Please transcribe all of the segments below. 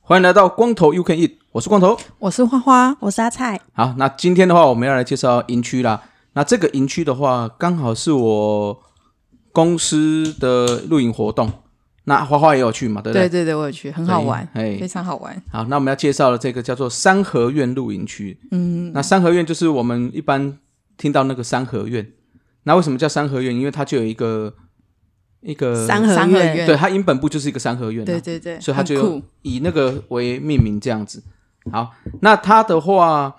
欢迎来到光头 You Can Eat，我是光头。我是花花，我是阿菜，好，那今天的话，我们要来介绍营区啦。那这个营区的话，刚好是我公司的露营活动，那花花也有去嘛，对不对对？对对，我有去，很好玩，对哎非常好玩。好，那我们要介绍的这个叫做三合院露营区。嗯，那三合院就是我们一般听到那个三合院。那为什么叫三合院？因为它就有一个一个三合三合院院对，它英本部就是一个三合院、啊。对对对，所以它很就酷以那个为命名这样子。好，那它的话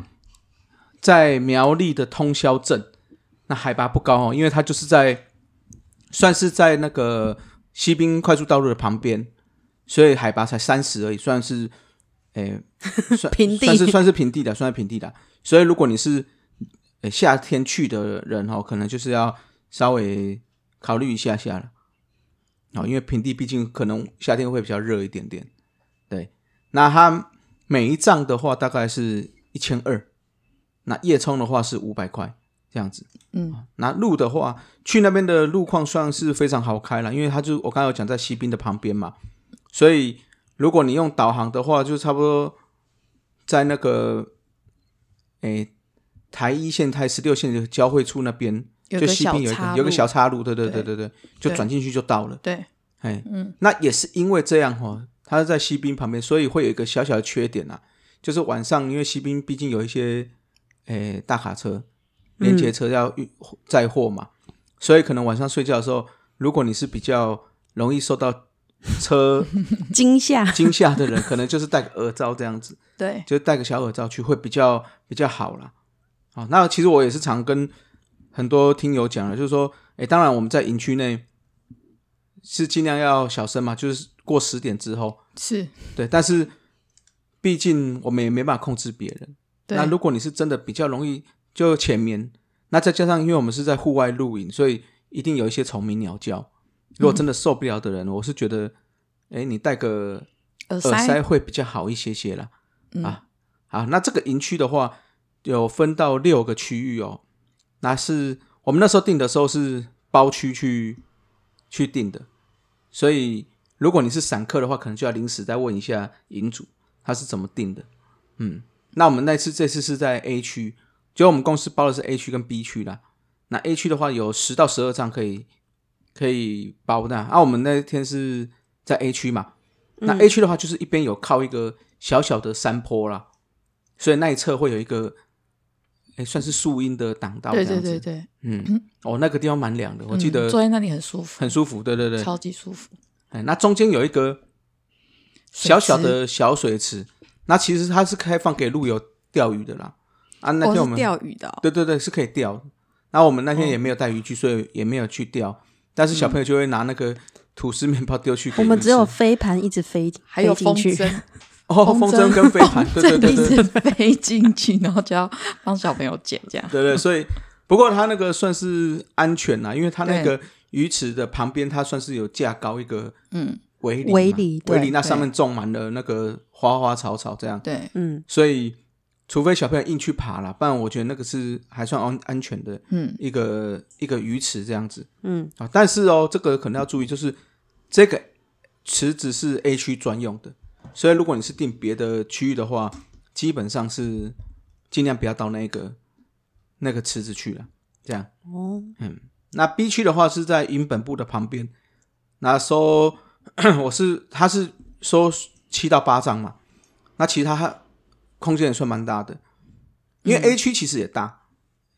在苗栗的通霄镇，那海拔不高哦，因为它就是在算是在那个西滨快速道路的旁边，所以海拔才三十而已，算是 诶、算平地算是算是平地的，算是平地的。所以如果你是诶夏天去的人哦，可能就是要稍微考虑一下下了。哦，因为平地毕竟可能夏天会比较热一点点。对，那它每一丈的话大概是一千二，那夜冲的话是五百块这样子。嗯，那路的话，去那边的路况算是非常好开了，因为它就我刚才有讲在西滨的旁边嘛，所以如果你用导航的话，就差不多在那个诶、台一线、台十六线的交汇处那边，有就个西滨有小一个岔有个路小岔路，对对对对对对，就对转进去就到了。对，哎，嗯，那也是因为这样哈、哦，它是在西滨旁边，所以会有一个小小的缺点啊，就是晚上因为西滨毕竟有一些诶大卡车、连接车要运载货嘛，所以可能晚上睡觉的时候，如果你是比较容易受到车 惊吓，惊吓的人，可能就是戴个耳罩这样子，对，就戴个小耳罩去会比较比较好啦。啊、那其实我也是常跟很多听友讲了，就是说，哎，当然我们在营区内是尽量要小声嘛，就是过十点之后，是，对。但是毕竟我们也没办法控制别人。对，那如果你是真的比较容易就浅眠，那再加上因为我们是在户外露营，所以一定有一些虫鸣鸟叫。如果真的受不了的人，我是觉得，哎，你戴个耳耳塞塞，会比较好一些些啦。嗯啊啊，那这个营区的话，有分到六个区域哦。那是我们那时候定的时候是包区去去定的，所以如果你是散客的话，可能就要临时再问一下营主他是怎么定的。嗯，那我们那次这次是在 A 区，就我们公司包的是 A 区跟 B 区啦。那 A 区的话有十到十二张可以可以包的，啊，我们那天是在 A 区嘛，那嗯 A 区的话，就是一边有靠一个小小的山坡啦，所以那一侧会有一个，哎、算是树荫的挡道这对样子。对对对，嗯，哦，那个地方蛮凉的，我记嗯得坐在那里很舒服，很舒服。对对对，超级舒服。哎，那中间有一个水小小池的小水池，那其实它是开放给路友钓鱼的啦。啊，那哦天我是们钓鱼的哦，对对对，是可以钓的。那我们那天也没有带渔具，所以也没有去钓。但是小朋友就会拿那个吐司面包丢去给我鱼们只有吃飞盘一直飞，还有飞进风去，筝， 哦风筝跟飞盘，对对对一 对，直飞进去，然后就要帮小朋友捡，这样对对，所以不过它那个算是安全啦，因为它那个鱼池的旁边，它算是有架高一个嗯围篱嘛，围篱对围篱那上面种满了那个花花草草这样，对，嗯，所以除非小朋友硬去爬啦，不然我觉得那个是还算安安全的嗯，一个一个鱼池这样子，嗯啊，但是哦，这个可能要注意，就是这个池子是 A 区专用的，所以如果你是定别的区域的话，基本上是尽量不要到那个那个池子去了。这样，哦，那 B 区的话是在营本部的旁边，那收我是他是收七到八张嘛，那其实它空间也算蛮大的，因嗯为 A 区其实也大，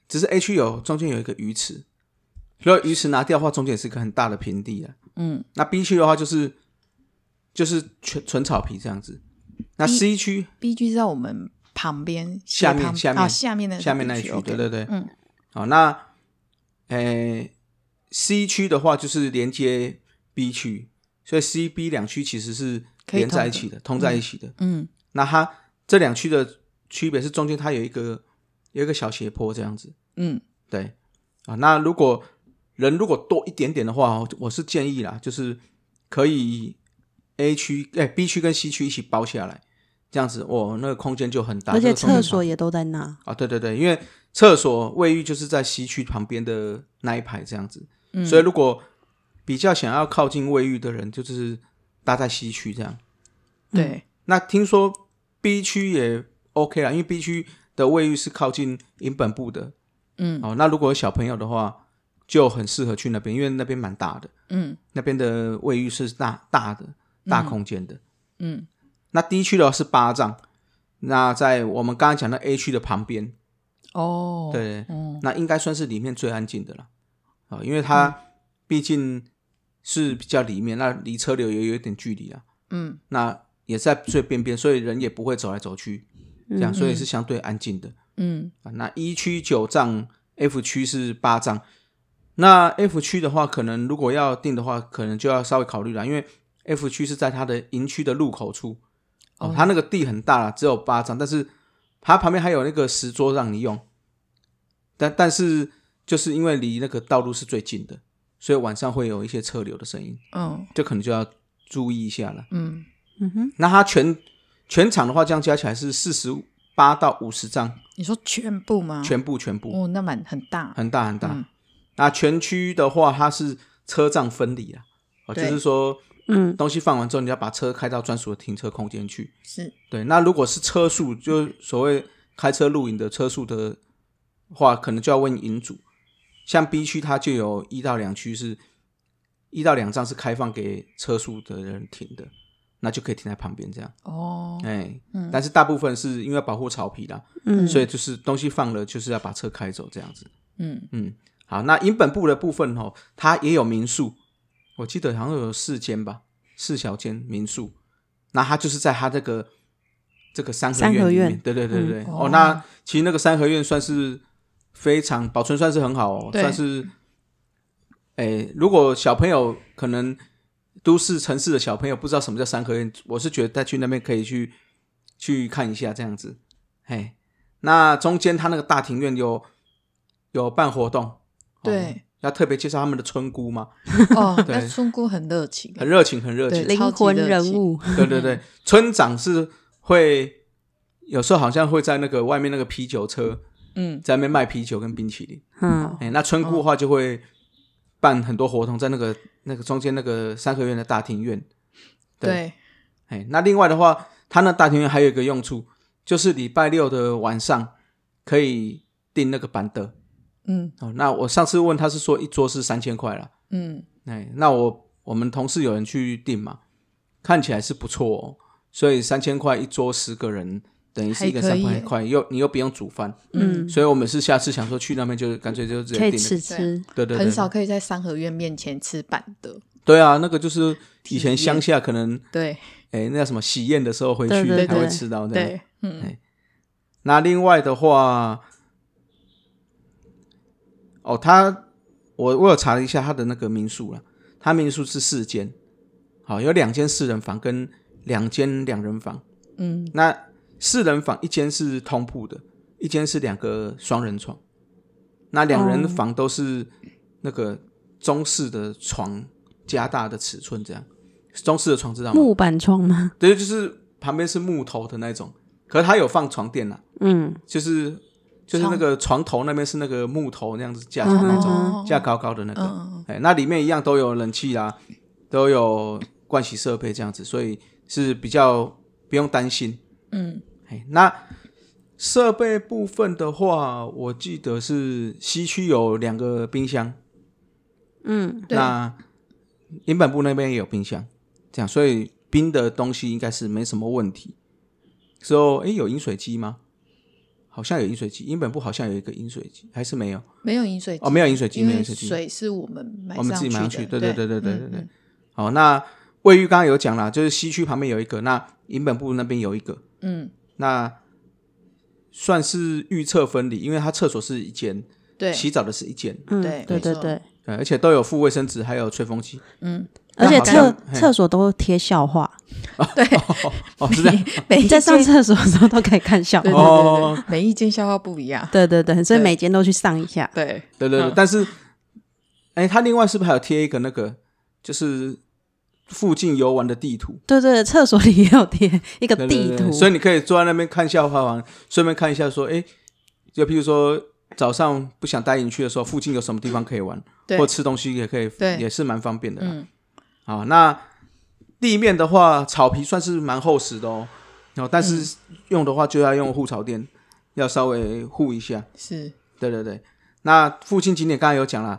只是 A 区有中间有一个鱼池，如果鱼池拿掉的话，中间也是一个很大的平地啊。嗯，那 B 区的话就是就是全纯草皮这样子，那 B- C 区 B G 在我们旁边斜下面旁下面啊下面那下面那一一区， OK 对对对，嗯，好，那呃 C 区的话就是连接 B 区，所以 C、B 两区其实是可以连在通一的起的，通在一起的。嗯那它这两区的区别是中间它有一个有一个小斜坡这样子，嗯对啊。那如果人如果多一点点的话，我是建议啦，就是可以 A 区、哎 B 区跟 C 区一起包下来，这样子，哦，那个空间就很大。而这且个空间厕所也都在那，啊，对对对，因为厕所、卫浴就是在西区旁边的那一排这样子，嗯所以如果比较想要靠近卫浴的人，就是搭在西区这样。嗯对，那听说 B 区也 OK 啦，因为 B 区的卫浴是靠近营本部的嗯哦。那如果有小朋友的话，就很适合去那边，因为那边蛮大的，嗯那边的卫浴是大大的、大空间的。嗯那 D 区的话是巴掌，那在我们刚刚讲的 A 区的旁边，哦，，对，嗯那应该算是里面最安静的了啊、因为它毕竟是比较里面，那离车流也有一点距离啊，嗯那也在最边边，所以人也不会走来走去，这样，所以是相对安静的嗯啊。那一区九丈，F 区是八丈，那 F 区的话，可能如果要定的话，可能就要稍微考虑了，因为 F 区是在它的营区的入口处哦哦，它那个地很大啦，只有八张，但是它旁边还有那个石桌让你用，但但是就是因为离那个道路是最近的，所以晚上会有一些车流的声音，嗯这可能就要注意一下了。嗯嗯哼，那它全全场的话，这样加起来是四十八到五十张，你说全部吗？全部全部哦，那蛮很大，很大很大。嗯那全区的话，它是车站分离啦，哦，就对是说嗯，东西放完之后，你要把车开到专属的停车空间去。是对，那如果是车速，就所谓开车露营的车速的话，可能就要问营主。像 B 区，它就有一到两区是，一到两站是开放给车速的人停的，那就可以停在旁边这样。哦，哎、嗯但是大部分是因为保护草皮啦，嗯所以就是东西放了，就是要把车开走这样子。 嗯嗯，好，那营本部的部分哦，它也有民宿，我记得好像有四间吧，四小间民宿。那它就是在它这个这个三合三院合里面，院对对对对、嗯哦，那其实那个三合院算是非常保存，算是很好哦，对算是，哎，如果小朋友可能都市城市的小朋友不知道什么叫三合院，我是觉得带去那边可以去去看一下这样子，嘿，那中间它那个大庭院有有办活动，哦对，要特别介绍他们的村姑嘛，哦，对那村姑很热情，很热情，很热情对，灵魂人物，对对对，村长是会有时候好像会在那个外面那个啤酒车嗯在那边卖啤酒跟冰淇淋，嗯哎、那村姑哦的话就会办很多活动，在那个那个中间那个三合院的大庭院，对，哎、那另外的话，它那大庭院还有一个用处，就是礼拜六的晚上可以订那个板凳嗯哦。那我上次问他是说一桌是三千块啦，嗯哎，那我我们同事有人去订嘛，看起来是不错哦，所以三千块一桌十个人，等于是一个还可三以百块，又你又不用煮饭，嗯，所以我们是下次想说去那边就干脆就直可接以订吃了，吃，对对对，很少可以在三合院面前吃板的，对啊，那个就是以前验乡下可能对哎那叫什么喜宴的时候回去对对才会对吃到这样对，嗯那另外的话，哦，他我我有查了一下他的那个民宿了，他民宿是四间，好有两间四人房跟两间两人房。嗯那四人房一间是通铺的，一间是两个双人床。那两人哦房都是那个中式的床加大的尺寸，这样中式的床知道吗？木板床吗？对，就是旁边是木头的那种，可是它有放床垫啦、嗯，就是就是那个床头那边是那个木头那样子架床那种、哦架高高的那个，嗯哎、那里面一样都有冷气啦，都有盥洗设备这样子，所以是比较不用担心。嗯哎，那设备部分的话，我记得是西区有两个冰箱，嗯，对那银本部那边也有冰箱，这样，所以冰的东西应该是没什么问题。之后，哎，有饮水机吗？好像有饮水机，银本部好像有一个饮水机，还是没有？没有饮水机哦，没有饮水机，因没有为饮水机。水是我们买我们自己买上去去对的，对对对对对嗯对嗯好，那卫浴刚刚有讲啦，就是西区旁边有一个，那银本部那边有一个，嗯，那算是预测分离，因为它厕所是一间，嗯对洗澡的是一间，嗯对对对没错对，对，而且都有附卫生纸，还有吹风机。 嗯，而且那好厕像嗯嘿厕所都贴笑 话，对，哦，是这样。每你在上厕所的时候都可以看笑对对话，对哦对，每一间消化不一样，对对对，所以对每间都去上一下，对，对对对，嗯但是哎，它另外是不是还有贴一个那个，就是附近游玩的地图？对对，厕所里也有贴一个对对地对图，所以你可以坐在那边看笑话王，顺便看一下说，哎，就譬如说早上不想带你去的时候，附近有什么地方可以玩，对或吃东西也可以，对也是蛮方便的啦。嗯，啊，那地面的话，草皮算是蛮厚实的哦，哦，但是嗯用的话就要用护草垫，要稍微护一下。是对对对，那附近景点刚才有讲啦，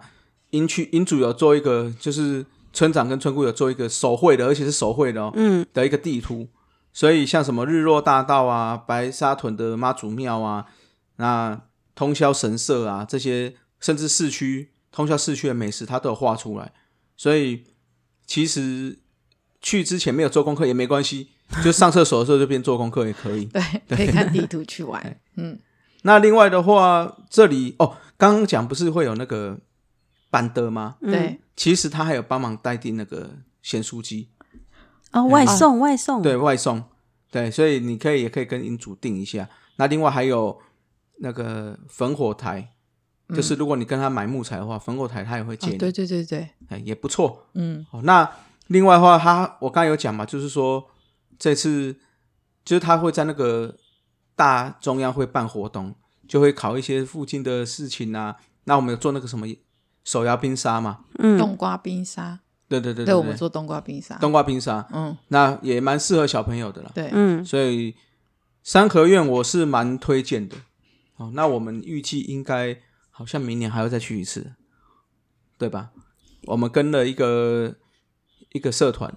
营区营主有做一个，就是村长跟村姑有做一个手绘的，而且是手绘的哦，嗯，的一个地图。所以像什么日落大道啊、白沙屯的妈祖庙啊、那通宵神社啊这些，甚至市区通宵市区的美食，它都有画出来。所以其实去之前没有做功课也没关系，就上厕所的时候就边做功课也可以。对，可以看地图去玩。嗯，那另外的话，这里哦，刚刚讲不是会有那个板德吗？嗯对，哦其实他还有帮忙代订那个咸酥鸡，哦，外送外嗯送，嗯对外送，对，所以你可以也可以跟银主订一下。那另外还有那个焚火台，就是如果你跟他买木材的话，焚火台他也会借嗯哦你，对对对对，哎也不错。嗯哦，那另外的话，他我刚才有讲嘛，就是说这次就是他会在那个大中央会办活动，就会考一些附近的事情啊。那我们有做那个什么手摇冰沙嘛？嗯，冬瓜冰沙，对对对对，我对们对，做冬瓜冰沙。冬瓜冰沙，嗯，那也蛮适合小朋友的啦。对，嗯，所以三合院我是蛮推荐的。哦，那我们预计应该好像明年还要再去一次，对吧？我们跟了一个一个社团，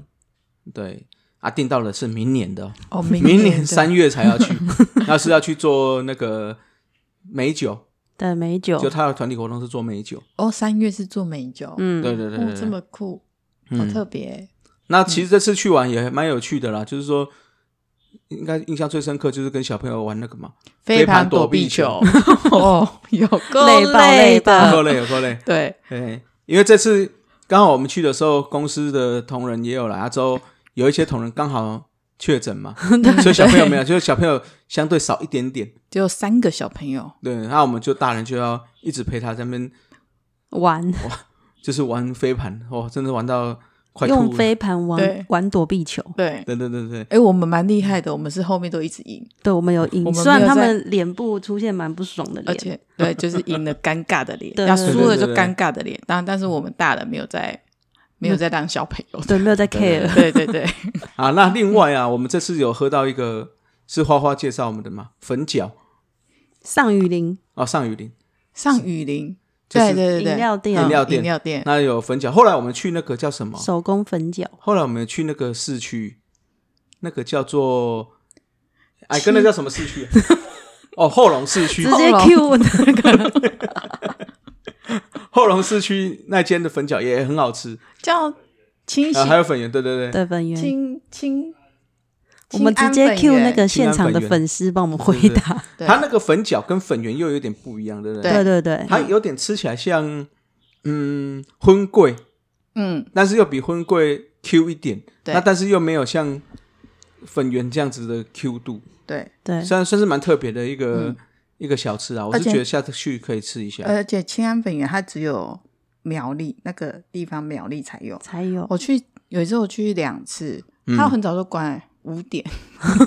对啊，定到了是明年的哦，哦，明明年年三三月才要去， 那是要去做那个美酒，的美酒就，他的团体活动是做美酒，哦，三月是做美酒，嗯，对对对对哦，对这么酷，好嗯特嗯别。那其实这次去玩也蛮有趣的啦，就是说，应该印象最深刻就是跟小朋友玩那个嘛，飞盘躲避球，哦， 有够累爆累有爆的，够累有够累。对， 对，因为这次刚好我们去的时候，公司的同仁也有来，啊之后有一些同仁刚好确诊 嘛，所以小朋友没有，就是小朋友相对少一点点。只有三个小朋友，对，那我们就大人就要一直陪他在那边，玩就是玩飞盘，哦，真的玩到快吐用了。飞盘对玩玩躲避球，对。对对对对，哎，我们蛮厉害的，我们是后面都一直赢，对我们有赢我，们虽然没有他在们脸部出现蛮不爽的而脸，且对，就是赢了尴尬的脸，对要对对输了就 对对嗯尴尬的脸。当然，但是我们大人没有在，没有在当小朋友。 对，没有在对对 care，对对对，啊，那另外啊，我们这次有喝到一个是花花介绍我们的嘛，粉饺上雨林啊，上雨林上雨林，就是对对对对，饮料店饮料饮料店，那有粉饺，后来我们去那个叫什么？手工粉饺，后来我们去那个市区，那个叫做哎，跟那叫什么市区啊？ 哦，后龙市区直，接后 Q 我那个后龙市区那间的粉饺也很好吃，叫清啊，还醒有粉圆，对对对，的粉圆，清清，我们直接 Q 那个清现安场的粉圆粉丝帮我们回对对答，对它那个粉饺跟粉圆又有点不一样，对不对？对对对对，它有点吃起来像嗯荤桂，嗯，但是又比荤桂 Q 一点，对那但是又没有像粉圆这样子的 Q 度，对，对，算算是蛮特别的一个、嗯一个小吃啊，我是而且觉得下次去可以吃一下。而且清安粉圆它只有苗栗那个地方苗栗才有。才哦有我去有一次我去两次，嗯它很早就关了，五点，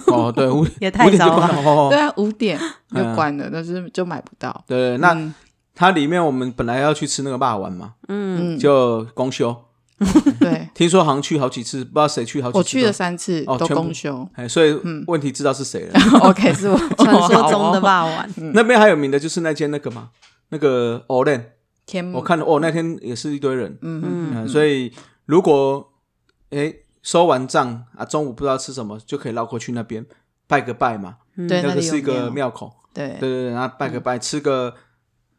哦，对，五也太五点就早了关了。哦对啊，五点就嗯关了，但是就买不到。对，那、嗯它里面我们本来要去吃那个霸丸嘛，嗯，嗯，就公休。对，听说好像去好几次，不知道谁去好几次。我去了，三次哦都全部公 休哎，所以嗯问题知道是谁了。 ，OK，是我传说中的吧？霸王， 那边还有名的就是那间那个嘛，那个 Olen，、 天母，我看哦，那天也是一堆人。嗯嗯，嗯嗯，所以如果哎收完账啊，中午不知道吃什么，就可以绕过去那边拜个拜嘛。对，那那个里是一个有，哦庙口，对对对对，然后拜个拜，吃个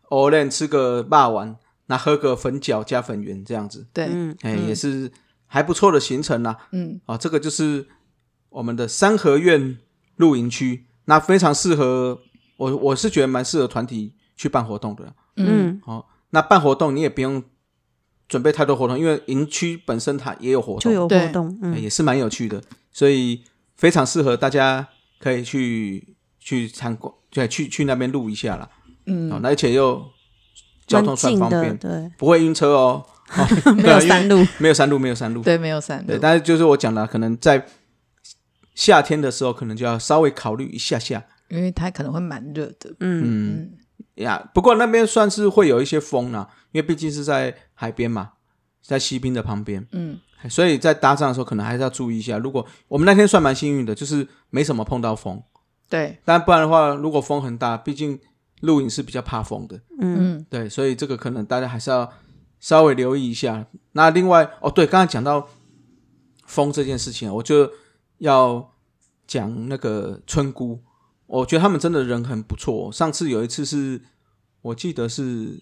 Olen，吃个霸丸，那喝个粉饺加粉圆这样子。对，嗯，哎、嗯也是还不错的行程啦。嗯，啊，这个就是我们的三合院露营区，那非常适合我，我是觉得蛮适合团体去办活动的啦。嗯，嗯，哦，那办活动你也不用准备太多活动，因为营区本身它也有活动，就有活对动，哎、嗯，也是蛮有趣的，所以非常适合大家可以哦去去参观，对，去去那边露一下啦。嗯哦，那而且又交蛮通算近方的，便，对，不会晕车哦。 哦没对有啊因为山路，没有山路，没有山路。对，没有山路对，，但是就是我讲了，可能在夏天的时候，可能就要稍微考虑一下下。因为它可能会蛮热的。嗯，嗯嗯，呀，不过那边算是会有一些风啦、因为毕竟是在海边嘛，在西滨的旁边，嗯，所以在搭帐的时候可能还是要注意一下。如果我们那天算蛮幸运的，就是没什么碰到风，对，但不然的话，如果风很大，毕竟露营是比较怕风的，嗯，嗯，对，所以这个可能大家还是要稍微留意一下。那另外哦，对，刚才讲到风这件事情，我就要讲那个村姑，我觉得他们真的人很不错。哦上次有一次是我记得是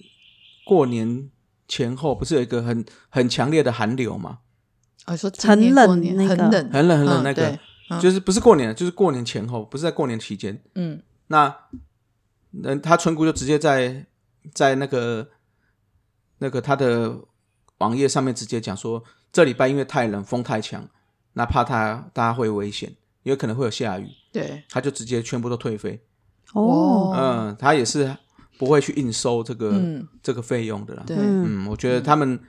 过年前后，不是有一个很很强烈的寒流嘛，我哦说今很年冷过年那个很冷，很冷很冷那个，嗯，对就是不是过年，就是过年前后，不是在过年期间。对嗯，那那他村姑就直接在在那个那个他的网页上面直接讲说，这礼拜因为太冷，风太强，那怕他大家会危险，也有可能会有下雨，对，他就直接全部都退费。哦，哦嗯，他也是不会去硬收这个、嗯，这个费用的啦。对，嗯，呃嗯，我觉得他们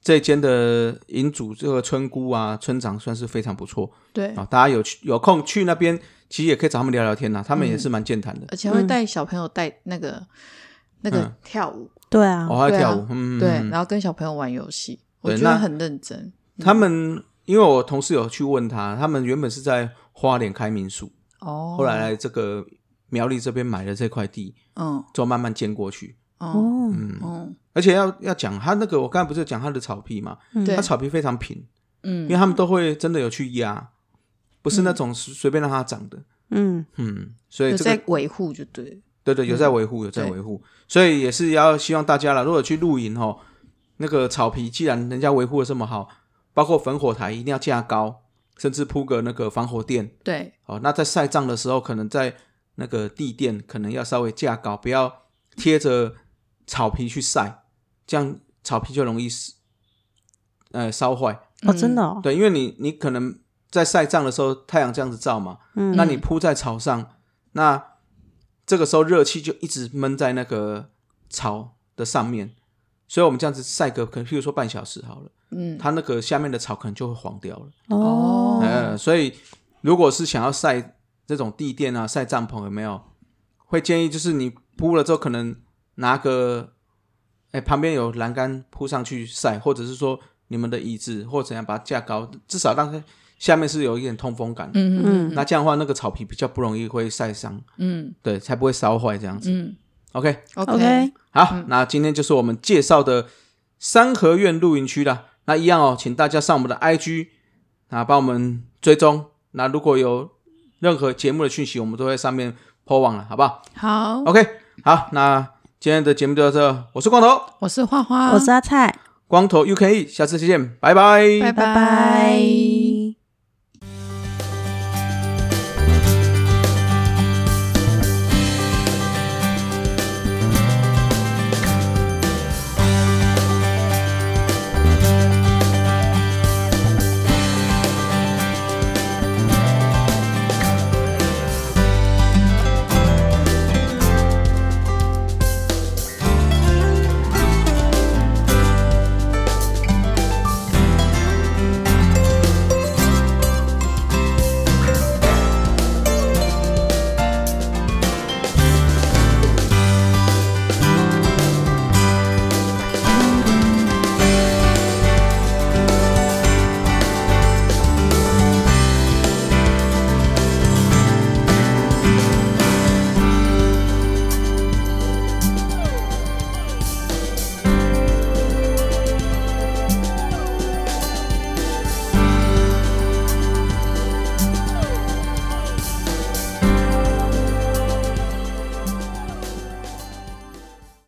这间的营主这个村姑啊，村长算是非常不错对，啊。大家有去有空去那边，其实也可以找他们聊聊天呐、他们嗯也是蛮健谈的。而且会带小朋友带那个那个跳舞，对啊，哦，还有对啊跳舞，嗯，对嗯，然后跟小朋友玩游戏，我对觉得那很认真。他们因为我同事有去问他，他们原本是在花莲开民宿，哦，后来来这个苗栗这边买了这块地，嗯，之后慢慢迁过去。哦，哦，嗯，而且要要讲他那个，我刚才不是讲他的草皮嘛，嗯对他草皮非常平，因为嗯，他们都会真的有去压，不是那种随随便让它长的。嗯，嗯，所以有这个在维护就对了，对对有在维护，有在维护，所以也是要希望大家啦，如果去露营哦，那个草皮既然人家维护的这么好，包括防火台一定要架高，甚至铺个那个防火垫。对，哦，那在晒帐的时候，可能在那个地垫可能要稍微架高，不要贴着草皮去晒，这样草皮就容易是呃烧坏。哦，嗯真的，哦，对，因为你你可能在晒帐的时候，太阳这样子照嘛，嗯，那你铺在草上，那这个时候热气就一直闷在那个草的上面，所以我们这样子晒个，可能譬如说半小时好了，嗯，它那个下面的草可能就会黄掉了。哦，呃，所以如果是想要晒这种地垫啊、晒帐篷，有没有？会建议就是你铺了之后，可能拿个，哎，旁边有栏杆铺上去晒，或者是说你们的椅子或者怎样把它架高，至少让它下面是有一点通风感。嗯嗯那这样的话，那个草皮比较不容易会晒伤，嗯对，才不会烧坏这样子。嗯 OK， OK，好，那今天就是我们介绍的三合院露营区啦。那一样哦，请大家上我们的 IG 啊，帮我们追踪。那如果有任何节目的讯息，我们都会上面 po 网了，好不好好， ？OK，好，那今天的节目就到这，我是光头，我是花花，我是阿菜，E，光头 UKE，下次再见，拜拜，拜拜拜拜